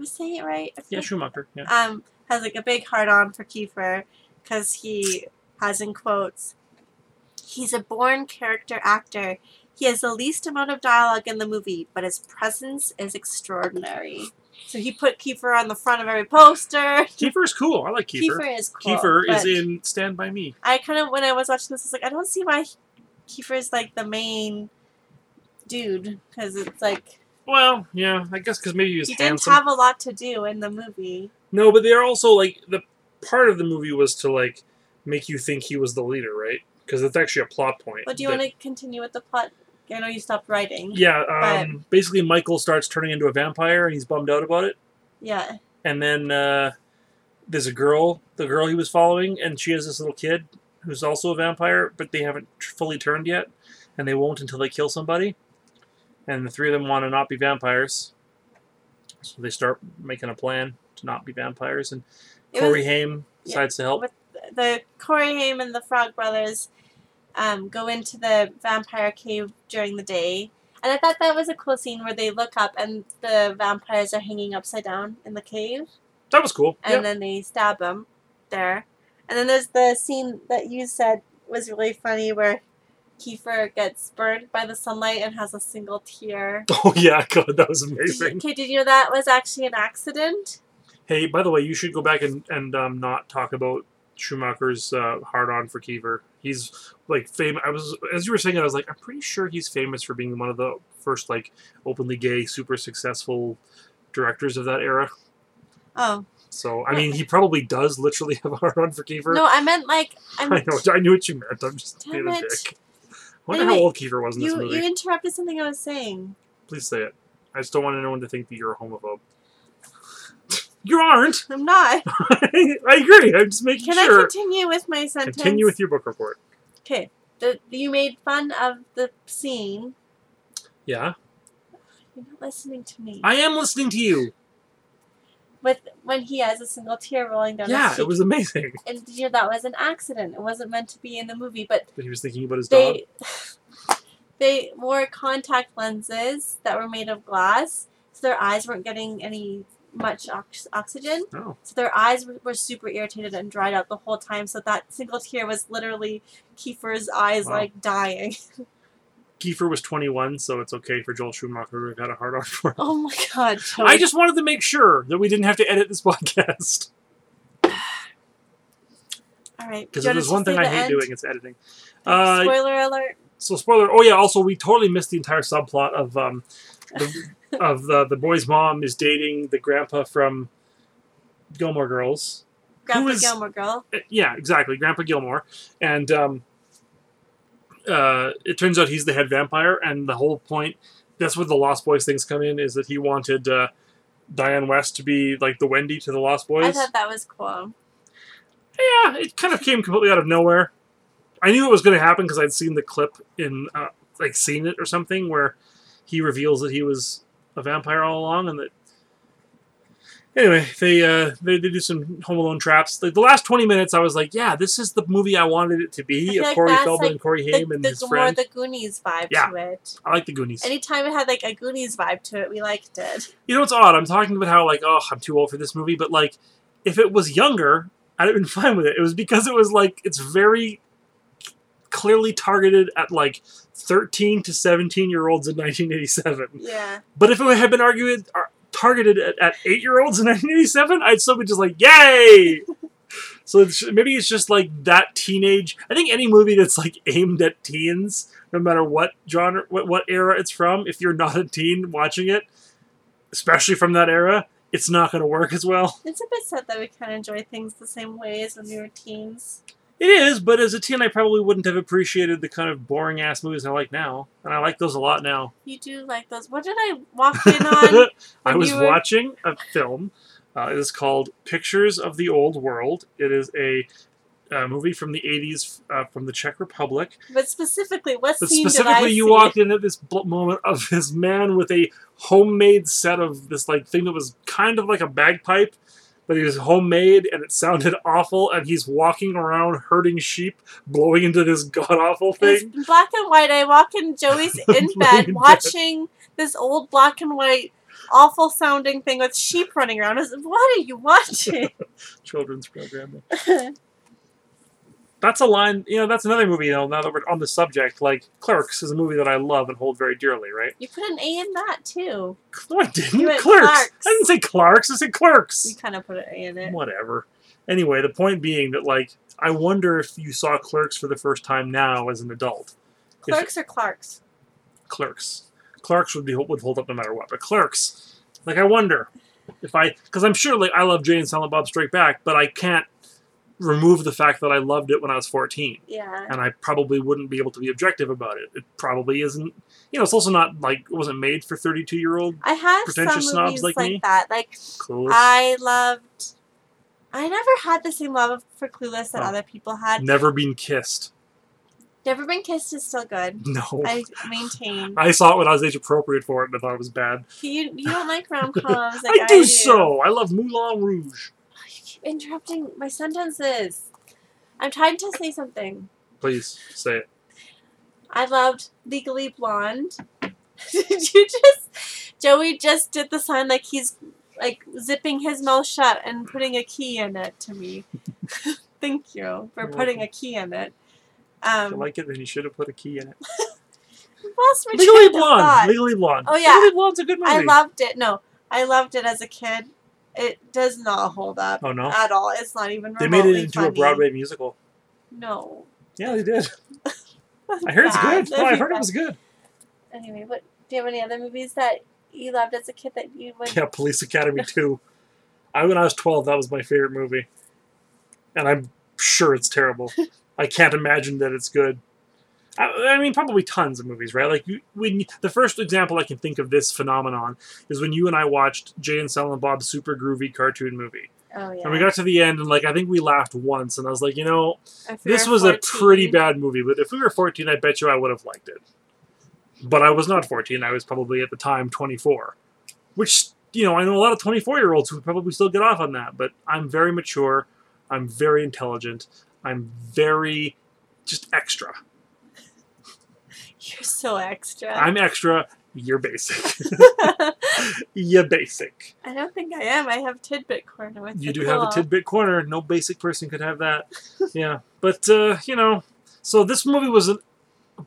Speaker 3: I saying it right? I
Speaker 2: yeah,
Speaker 3: think-
Speaker 2: Schumacher. Yeah,
Speaker 3: um, has like a big heart on for Kiefer because he has in quotes, he's a born character actor. He has the least amount of dialogue in the movie, but his presence is extraordinary. So he put Kiefer on the front of every poster.
Speaker 2: Kiefer's cool. I like
Speaker 3: Kiefer,
Speaker 2: Kiefer.
Speaker 3: is cool.
Speaker 2: Kiefer is
Speaker 3: but
Speaker 2: in Stand by Me.
Speaker 3: I kind of when I was watching this, I was like, I don't see why Kiefer is like the main dude because it's like
Speaker 2: Well, yeah, I guess because maybe he was
Speaker 3: he didn't
Speaker 2: handsome.
Speaker 3: have a lot to do in the movie.
Speaker 2: No, but they're also like the part of the movie was to like make you think he was the leader, right? Because that's actually a plot point.
Speaker 3: But do you
Speaker 2: that-
Speaker 3: want to continue with the plot? I know you stopped writing.
Speaker 2: Yeah, um, basically Michael starts turning into a vampire, and he's bummed out about it.
Speaker 3: Yeah.
Speaker 2: and then uh, there's a girl, the girl he was following, and she has this little kid who's also a vampire, but they haven't tr- fully turned yet, and they won't until they kill somebody. And the three of them want to not be vampires, so they start making a plan to not be vampires. And
Speaker 3: It
Speaker 2: Corey
Speaker 3: was-
Speaker 2: Haim
Speaker 3: yeah,
Speaker 2: decides to help.
Speaker 3: with- the Corey Haim and the Frog Brothers um, go into the vampire cave during the day. And I thought that was a cool scene where they look up and the vampires are hanging upside down in the cave.
Speaker 2: That was cool.
Speaker 3: And
Speaker 2: yeah.
Speaker 3: then they stab him there. And then there's the scene that you said was really funny where Kiefer gets burned by the sunlight and has a single tear.
Speaker 2: Oh yeah, God, that was
Speaker 3: Did you-
Speaker 2: amazing.
Speaker 3: okay, did you know that was actually an accident?
Speaker 2: Hey, by the way, you should go back and and um, not talk about Schumacher's uh, hard on for Kiefer. He's like famous. I was as you were saying it, I was like, I'm pretty sure he's famous for being one of the first like openly gay, super successful directors of that era.
Speaker 3: Oh.
Speaker 2: So I mean, he probably does literally have a hard on for Kiefer.
Speaker 3: No, I meant like I'm
Speaker 2: I know. I knew what you meant. I'm just
Speaker 3: Damn
Speaker 2: being a
Speaker 3: it.
Speaker 2: dick. I wonder
Speaker 3: Anyway,
Speaker 2: how old Kiefer was in this
Speaker 3: You
Speaker 2: movie.
Speaker 3: you interrupted something I was saying.
Speaker 2: Please say it. I just don't want anyone to think that you're a homophobe. You aren't.
Speaker 3: I'm not.
Speaker 2: I agree. I'm just making
Speaker 3: Can I
Speaker 2: sure.
Speaker 3: continue with my sentence?
Speaker 2: Continue with your book report.
Speaker 3: Okay. The, you made fun of the scene.
Speaker 2: Yeah.
Speaker 3: You're not listening to me.
Speaker 2: I am listening to you.
Speaker 3: with when he has a single tear rolling down
Speaker 2: Yeah,
Speaker 3: his cheek.
Speaker 2: it was amazing.
Speaker 3: and did you know that was an accident? It wasn't meant to be in the movie, but
Speaker 2: But he was thinking about his dog.
Speaker 3: they they wore contact lenses that were made of glass, so their eyes weren't getting any much ox- oxygen.
Speaker 2: Oh.
Speaker 3: So their eyes were, were super irritated and dried out the whole time. So that single tear was literally Kiefer's eyes
Speaker 2: Wow.
Speaker 3: like dying.
Speaker 2: Kiefer was 21, so it's okay for Joel Schumacher to have had a hard on for him.
Speaker 3: Oh my god! Joey.
Speaker 2: I just wanted to make sure that we didn't have to edit this podcast.
Speaker 3: all right.
Speaker 2: Because
Speaker 3: do you
Speaker 2: if there's
Speaker 3: want us to
Speaker 2: one
Speaker 3: say
Speaker 2: thing I
Speaker 3: the
Speaker 2: hate
Speaker 3: end?
Speaker 2: doing, it's editing. Uh,
Speaker 3: Spoiler alert!
Speaker 2: so, spoiler. Oh, yeah, also, we totally missed the entire subplot of um, the, of the, the boy's mom is dating the grandpa from Gilmore Girls.
Speaker 3: Grandpa
Speaker 2: is-
Speaker 3: Gilmore Girl.
Speaker 2: Uh, yeah, exactly. Grandpa Gilmore, and um, uh, it turns out he's the head vampire. And the whole point—that's where the Lost Boys things come in—is that he wanted uh, Diane West to be like the Wendy to the Lost
Speaker 3: I
Speaker 2: Boys.
Speaker 3: thought that was cool.
Speaker 2: yeah, it kind of came completely out of nowhere. I knew it was going to happen because I'd seen the clip in, uh, like, seen it or something where he reveals that he was a vampire all along, and that. Anyway, they uh, they, they do some Home Alone traps. Like the last twenty minutes, I was like, "Yeah, this is the movie I wanted it to
Speaker 3: I
Speaker 2: be."
Speaker 3: feel
Speaker 2: Of
Speaker 3: like
Speaker 2: Corey
Speaker 3: that's,
Speaker 2: Feldman
Speaker 3: like,
Speaker 2: and Corey
Speaker 3: The,
Speaker 2: Haim and
Speaker 3: the
Speaker 2: his
Speaker 3: more
Speaker 2: friend.
Speaker 3: the Goonies vibe
Speaker 2: Yeah.
Speaker 3: to it.
Speaker 2: I like the Goonies.
Speaker 3: Anytime it had like a Goonies vibe to it, we liked it.
Speaker 2: you know, it's odd. I'm talking about how like, oh, I'm too old for this movie, but like, if it was younger, I'd have been fine with it. It was because it was like it's very clearly targeted at like 13 to 17 year olds in 1987.
Speaker 3: Yeah.
Speaker 2: But if it had been argued ar- targeted at, at eight year olds in 1987, I'd still be just like, yay! so it's, maybe it's just like that teenage. I think any movie that's like aimed at teens, no matter what genre, what, what era it's from, if you're not a teen watching it, especially from that era, it's not going to work as well.
Speaker 3: It's a bit sad that we can't enjoy things the same way as when we were teens.
Speaker 2: It is, but as a teen, I probably wouldn't have appreciated the kind of boring ass movies I like now, and I like those a lot now.
Speaker 3: You do like those. What did I walk in on?
Speaker 2: I
Speaker 3: when
Speaker 2: was
Speaker 3: you were-
Speaker 2: watching a film. Uh, it is called Pictures of the Old World. It is a, uh movie from the 80s uh, from the Czech Republic.
Speaker 3: but specifically, what
Speaker 2: But
Speaker 3: scene did I
Speaker 2: specifically, you
Speaker 3: see?
Speaker 2: walked in at this bl- moment of this man with a homemade set of this like thing that was kind of like a bagpipe, but it was homemade and it sounded awful. And he's walking around herding sheep, blowing into this god awful
Speaker 3: It's
Speaker 2: thing.
Speaker 3: black and white. I walk in Joey's in
Speaker 2: Laying
Speaker 3: bed
Speaker 2: dead.
Speaker 3: watching this old black and white awful sounding thing with sheep running around. I was, what are you watching?
Speaker 2: Children's programming. That's a line. You know, that's another movie. You know, now that we're on the subject, like Clerks is a movie that I love and hold very dearly. Right?
Speaker 3: you put an A in that too.
Speaker 2: No, I didn't.
Speaker 3: You went
Speaker 2: Clerks.
Speaker 3: Clerks.
Speaker 2: I didn't say Clarks. I said Clerks.
Speaker 3: You kind of put an A in it.
Speaker 2: whatever. Anyway, the point being that like I wonder if you saw Clerks for the first time now as an adult. If-
Speaker 3: Clerks or Clarks?
Speaker 2: Clerks. Clerks would be would hold up no matter what, but Clerks, like I wonder if I because I'm sure like I love Jay and Silent Bob Strike Back, but I can't remove the fact that I loved it when I was 14,
Speaker 3: Yeah.
Speaker 2: and I probably wouldn't be able to be objective about it. It probably isn't. You know, it's also not like it wasn't made for 32 year old.
Speaker 3: I had some
Speaker 2: Pretentious snobs
Speaker 3: movies
Speaker 2: like
Speaker 3: like,
Speaker 2: me?
Speaker 3: that. Like
Speaker 2: Cool.
Speaker 3: I loved. I never had the same love for Clueless that
Speaker 2: Oh.
Speaker 3: other people had.
Speaker 2: Never been kissed.
Speaker 3: Never Been Kissed is still good.
Speaker 2: No.
Speaker 3: I maintain.
Speaker 2: I saw it when I was age appropriate for it, and I thought it was bad.
Speaker 3: You, you don't like rom coms. Like uh,
Speaker 2: I do so. I love Moulin Rouge.
Speaker 3: You keep interrupting my sentences. I'm trying to say something.
Speaker 2: Please say it.
Speaker 3: I loved Legally Blonde. Did you just. Joey just did the sign like he's like zipping his mouth shut and putting a key in it to me. Thank you for
Speaker 2: You're
Speaker 3: putting a key in it.
Speaker 2: If you
Speaker 3: Um,
Speaker 2: like it, then you should have put a key in it.
Speaker 3: lost my train
Speaker 2: Legally
Speaker 3: of thought.
Speaker 2: Blonde. Legally Blonde.
Speaker 3: Oh, yeah.
Speaker 2: Legally Blonde's a good movie.
Speaker 3: I loved it. No, I loved it as a kid. It does not hold up
Speaker 2: Oh no.
Speaker 3: at all. It's not even
Speaker 2: They
Speaker 3: uh, remotely
Speaker 2: made it into a
Speaker 3: funny.
Speaker 2: Broadway musical.
Speaker 3: No.
Speaker 2: Yeah, they did. I heard it's
Speaker 3: Bad.
Speaker 2: good. No, I heard it was good.
Speaker 3: Anyway, what do you have any other movies that you loved as a kid that you would?
Speaker 2: Yeah, Police Academy 2. I when I was 12, that was my favorite movie. And I'm sure it's terrible. I can't imagine that it's good. I, I mean, probably tons of movies, right? Like you, when you- the first example I can think of this phenomenon is when you and I watched Jay and Silent Bob's super groovy cartoon movie,
Speaker 3: Oh yeah.
Speaker 2: and we got to the end, and like I think we laughed once, and I was like, you know,
Speaker 3: If we
Speaker 2: this
Speaker 3: were
Speaker 2: was a
Speaker 3: 14,
Speaker 2: pretty bad movie, but if we were 14, I bet you I would have liked it. But I was not 14. I was probably at the time 24. Which, you know, I know a lot of 24 year olds who probably still get off on that, but I'm very mature. I'm very intelligent. I'm very just extra.
Speaker 3: You're so extra.
Speaker 2: I'm extra. You're basic. you're basic.
Speaker 3: I don't think I am. I have tidbit corner with
Speaker 2: You
Speaker 3: the
Speaker 2: do have a
Speaker 3: claw.
Speaker 2: tidbit corner. No basic person could have that. Yeah. But, uh, you know, so this movie was a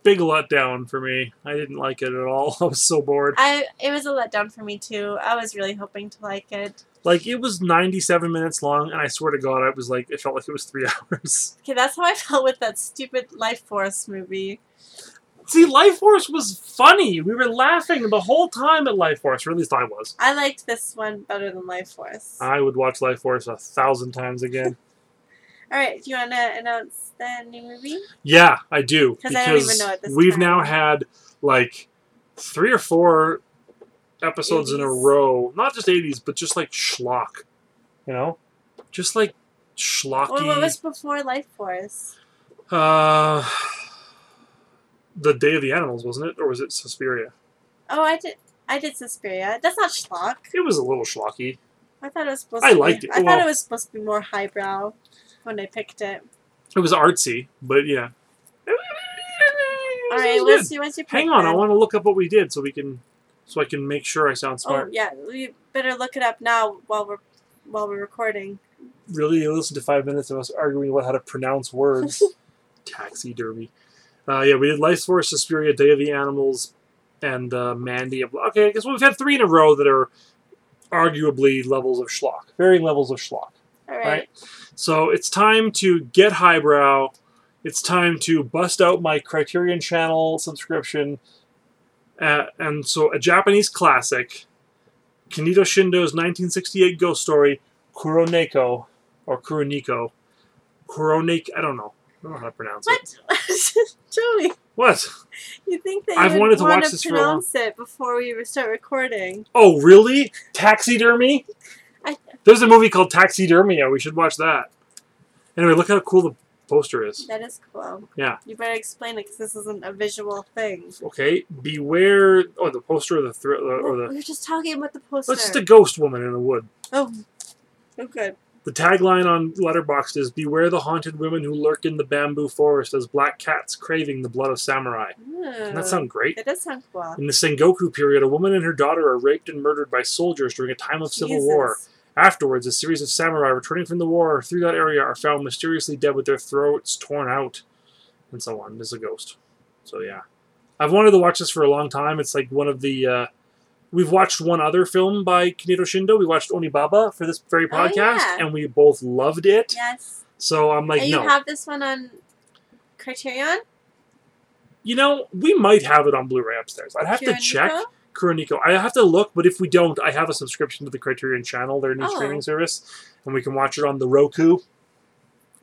Speaker 2: big letdown for me. I didn't like it at all. I was so bored.
Speaker 3: I it was a letdown for me too. I was really hoping to like it.
Speaker 2: Like, it was 97 minutes long, and I swear to God, I was like, it felt like it was three hours.
Speaker 3: Okay, that's how I felt with that stupid Life Force movie.
Speaker 2: See, Life Force was funny. We were laughing the whole time at Life Force, or at least I was.
Speaker 3: I liked this one better than Life Force.
Speaker 2: I would watch Life Force a thousand times again.
Speaker 3: All right, do you want to announce the new movie?
Speaker 2: Yeah, I do.
Speaker 3: 'Cause I don't even know at this
Speaker 2: we've
Speaker 3: time.
Speaker 2: now had like three or four episodes in a
Speaker 3: 80s.
Speaker 2: row, not just 80s, but just like schlock, you know? Just like schlocky.
Speaker 3: Or what was before Life Force?
Speaker 2: uh, the Day of the Animals, wasn't it? Or was it Suspiria?
Speaker 3: Oh, I did. I did Suspiria. That's not schlock.
Speaker 2: It was a little schlocky.
Speaker 3: I thought it was supposed.
Speaker 2: I
Speaker 3: to
Speaker 2: liked
Speaker 3: be,
Speaker 2: it.
Speaker 3: I
Speaker 2: Well-
Speaker 3: thought it was supposed to be more highbrow when I picked it.
Speaker 2: It was artsy, but yeah.
Speaker 3: All right,
Speaker 2: It was
Speaker 3: what's
Speaker 2: good.
Speaker 3: your, what's your pick
Speaker 2: Hang on, I
Speaker 3: then?
Speaker 2: want to look up what we did so we can, so I can make sure I sound
Speaker 3: Oh
Speaker 2: smart.
Speaker 3: yeah, we better look it up now while we're while we're recording.
Speaker 2: really you listen to five minutes of us arguing about how to pronounce words. Taxidermy. Uh, yeah, we did Life Force, Suspiria, Day of the Animals, and uh, Mandy. Okay, I guess we've had three in a row that are arguably levels of schlock, varying levels of schlock.
Speaker 3: All
Speaker 2: Right.
Speaker 3: right.
Speaker 2: So it's time to get highbrow. It's time to bust out my Criterion Channel subscription. Uh, and so a Japanese classic, Kenido Shindo's 1968 ghost story, Kuroneko, or Kuroniko. Kuroneko, I don't know. I don't know how to pronounce it.
Speaker 3: What, Joey?
Speaker 2: What?
Speaker 3: You think that
Speaker 2: I've
Speaker 3: you would
Speaker 2: wanted to
Speaker 3: want
Speaker 2: watch
Speaker 3: to
Speaker 2: this for a long-
Speaker 3: pronounce it before we re- start recording?
Speaker 2: Oh, really? Taxidermy?
Speaker 3: I-
Speaker 2: There's a movie called Taxidermia. We should watch that. Anyway, look how cool the poster is.
Speaker 3: That is cool.
Speaker 2: Yeah.
Speaker 3: You better explain it because this isn't a visual thing.
Speaker 2: Okay, beware. Oh, the poster or the thr- or
Speaker 3: Well, we
Speaker 2: the.
Speaker 3: were just talking about the poster.
Speaker 2: That's the ghost woman in the wood.
Speaker 3: oh. oh, good.
Speaker 2: The tagline on Letterboxd is "Beware the haunted women who lurk in the bamboo forest as black cats craving the blood of samurai." Doesn't that sound great?
Speaker 3: That does sound cool.
Speaker 2: In the Sengoku period, a woman and her daughter are raped and murdered by soldiers during a time of civil war.
Speaker 3: Jesus.
Speaker 2: Afterwards, a series of samurai returning from the war through that area are found mysteriously dead with their throats torn out, and so on. There's a ghost. So yeah, I've wanted to watch this for a long time. It's like one of the. Uh, we've watched one other film by Kineto Shindo. We watched Onibaba for this very
Speaker 3: Oh,
Speaker 2: podcast,
Speaker 3: yeah.
Speaker 2: and we both loved it.
Speaker 3: Yes.
Speaker 2: So I'm like,
Speaker 3: and
Speaker 2: no,
Speaker 3: you have this one on Criterion?
Speaker 2: you know, we might have it on Blu-ray upstairs. I'd have to
Speaker 3: Kiran
Speaker 2: check.
Speaker 3: Nico?
Speaker 2: Kuronico. I have to look, but if we don't, I have a subscription to the Criterion Channel, their new
Speaker 3: Oh.
Speaker 2: streaming service, and we can watch it on the Roku,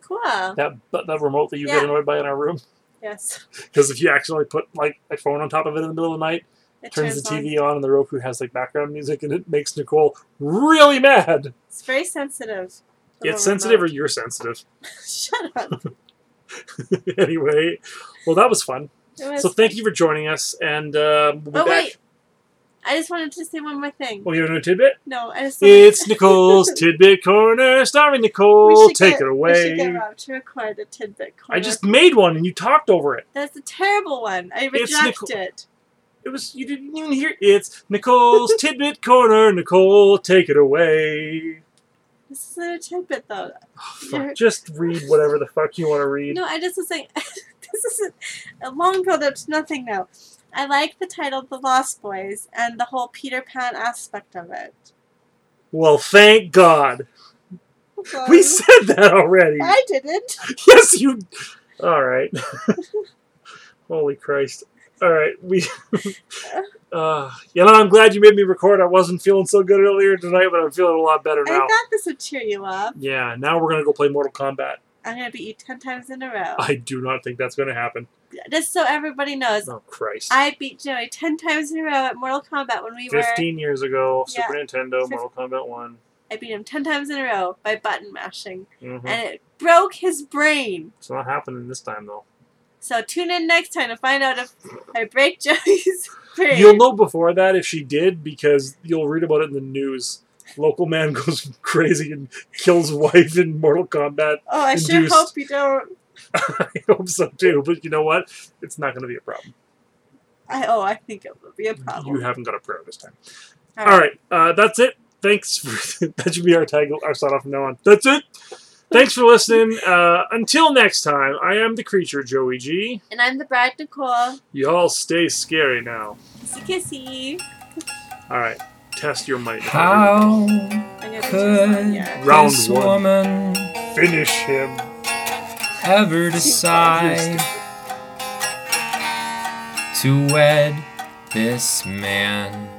Speaker 3: Cool.
Speaker 2: that that, that remote that you get
Speaker 3: Yeah.
Speaker 2: annoyed by in our room.
Speaker 3: Yes.
Speaker 2: Because if you accidentally put like a phone on top of it in the middle of the night,
Speaker 3: It
Speaker 2: turns, the
Speaker 3: on.
Speaker 2: TV on, and the Roku has like background music, and it makes Nicole really mad.
Speaker 3: It's very sensitive. Little
Speaker 2: It's sensitive, or
Speaker 3: remote.
Speaker 2: you're sensitive.
Speaker 3: Shut up.
Speaker 2: anyway, well, that was fun.
Speaker 3: It was-
Speaker 2: so thank you for joining us, and uh, we'll be
Speaker 3: Oh,
Speaker 2: back.
Speaker 3: wait. I just wanted to say one more thing.
Speaker 2: Oh, you have another tidbit?
Speaker 3: No, I just
Speaker 2: It's Nicole's Tidbit Corner, starring Nicole.
Speaker 3: We should
Speaker 2: Take
Speaker 3: get-
Speaker 2: it
Speaker 3: We should
Speaker 2: away.
Speaker 3: get Rob to record the tidbit corner.
Speaker 2: I just made one and you talked over it.
Speaker 3: That's a terrible one. I
Speaker 2: It's
Speaker 3: reject
Speaker 2: Nicole-
Speaker 3: it.
Speaker 2: It was you didn't even hear it's Nicole's tidbit corner. Nicole, take it away.
Speaker 3: This isn't a tidbit though.
Speaker 2: Oh,
Speaker 3: You're-
Speaker 2: fuck. Just read whatever the fuck you want to read.
Speaker 3: No, I just was saying this is a, a long build up to nothing now. I like the title The Lost Boys and the whole Peter Pan aspect of it.
Speaker 2: Well, thank God.
Speaker 3: Um,
Speaker 2: We said that already.
Speaker 3: I didn't.
Speaker 2: Yes, you. All right. Holy Christ. All right. We. uh, you know, I'm glad you made me record. I wasn't feeling so good earlier tonight, but I'm feeling a lot better
Speaker 3: I
Speaker 2: now.
Speaker 3: thought this would cheer you up.
Speaker 2: Yeah, now we're gonna go play Mortal Kombat.
Speaker 3: I'm gonna beat you ten times in a row.
Speaker 2: I do not think that's gonna happen.
Speaker 3: Just so everybody knows,
Speaker 2: Oh Christ.
Speaker 3: I beat Joey ten times in a row at Mortal Kombat when we were
Speaker 2: 15 years ago,
Speaker 3: Yeah.
Speaker 2: Super Nintendo,
Speaker 3: Fif-
Speaker 2: Mortal Kombat one
Speaker 3: I beat him ten times in a row by button mashing,
Speaker 2: Mm-hmm.
Speaker 3: and it broke his brain.
Speaker 2: It's not happening this time though.
Speaker 3: So tune in next time to find out if I break Joey's brain.
Speaker 2: You'll know before that if she did because you'll read about it in the news. Local man goes crazy and kills wife in Mortal Kombat.
Speaker 3: oh, I sure
Speaker 2: induced.
Speaker 3: hope you don't.
Speaker 2: I hope so too, but you know what? It's not going to be a problem.
Speaker 3: I oh, I think it will be a problem.
Speaker 2: You haven't got a prayer this time. All right, uh, that's it. Thanks for that. Should be our tag, our sign off from now on. That's it. Thanks for listening. Uh, until next time, I am the creature Joey G.
Speaker 3: And I'm the bride Nicole.
Speaker 2: Y'all stay scary now.
Speaker 3: Kissy kissy.
Speaker 2: All right, test your might.
Speaker 1: How
Speaker 3: I'm gonna
Speaker 1: could
Speaker 3: yeah.
Speaker 2: Round
Speaker 1: this
Speaker 2: one.
Speaker 1: woman
Speaker 2: Finish him.
Speaker 1: ever decide to wed this man?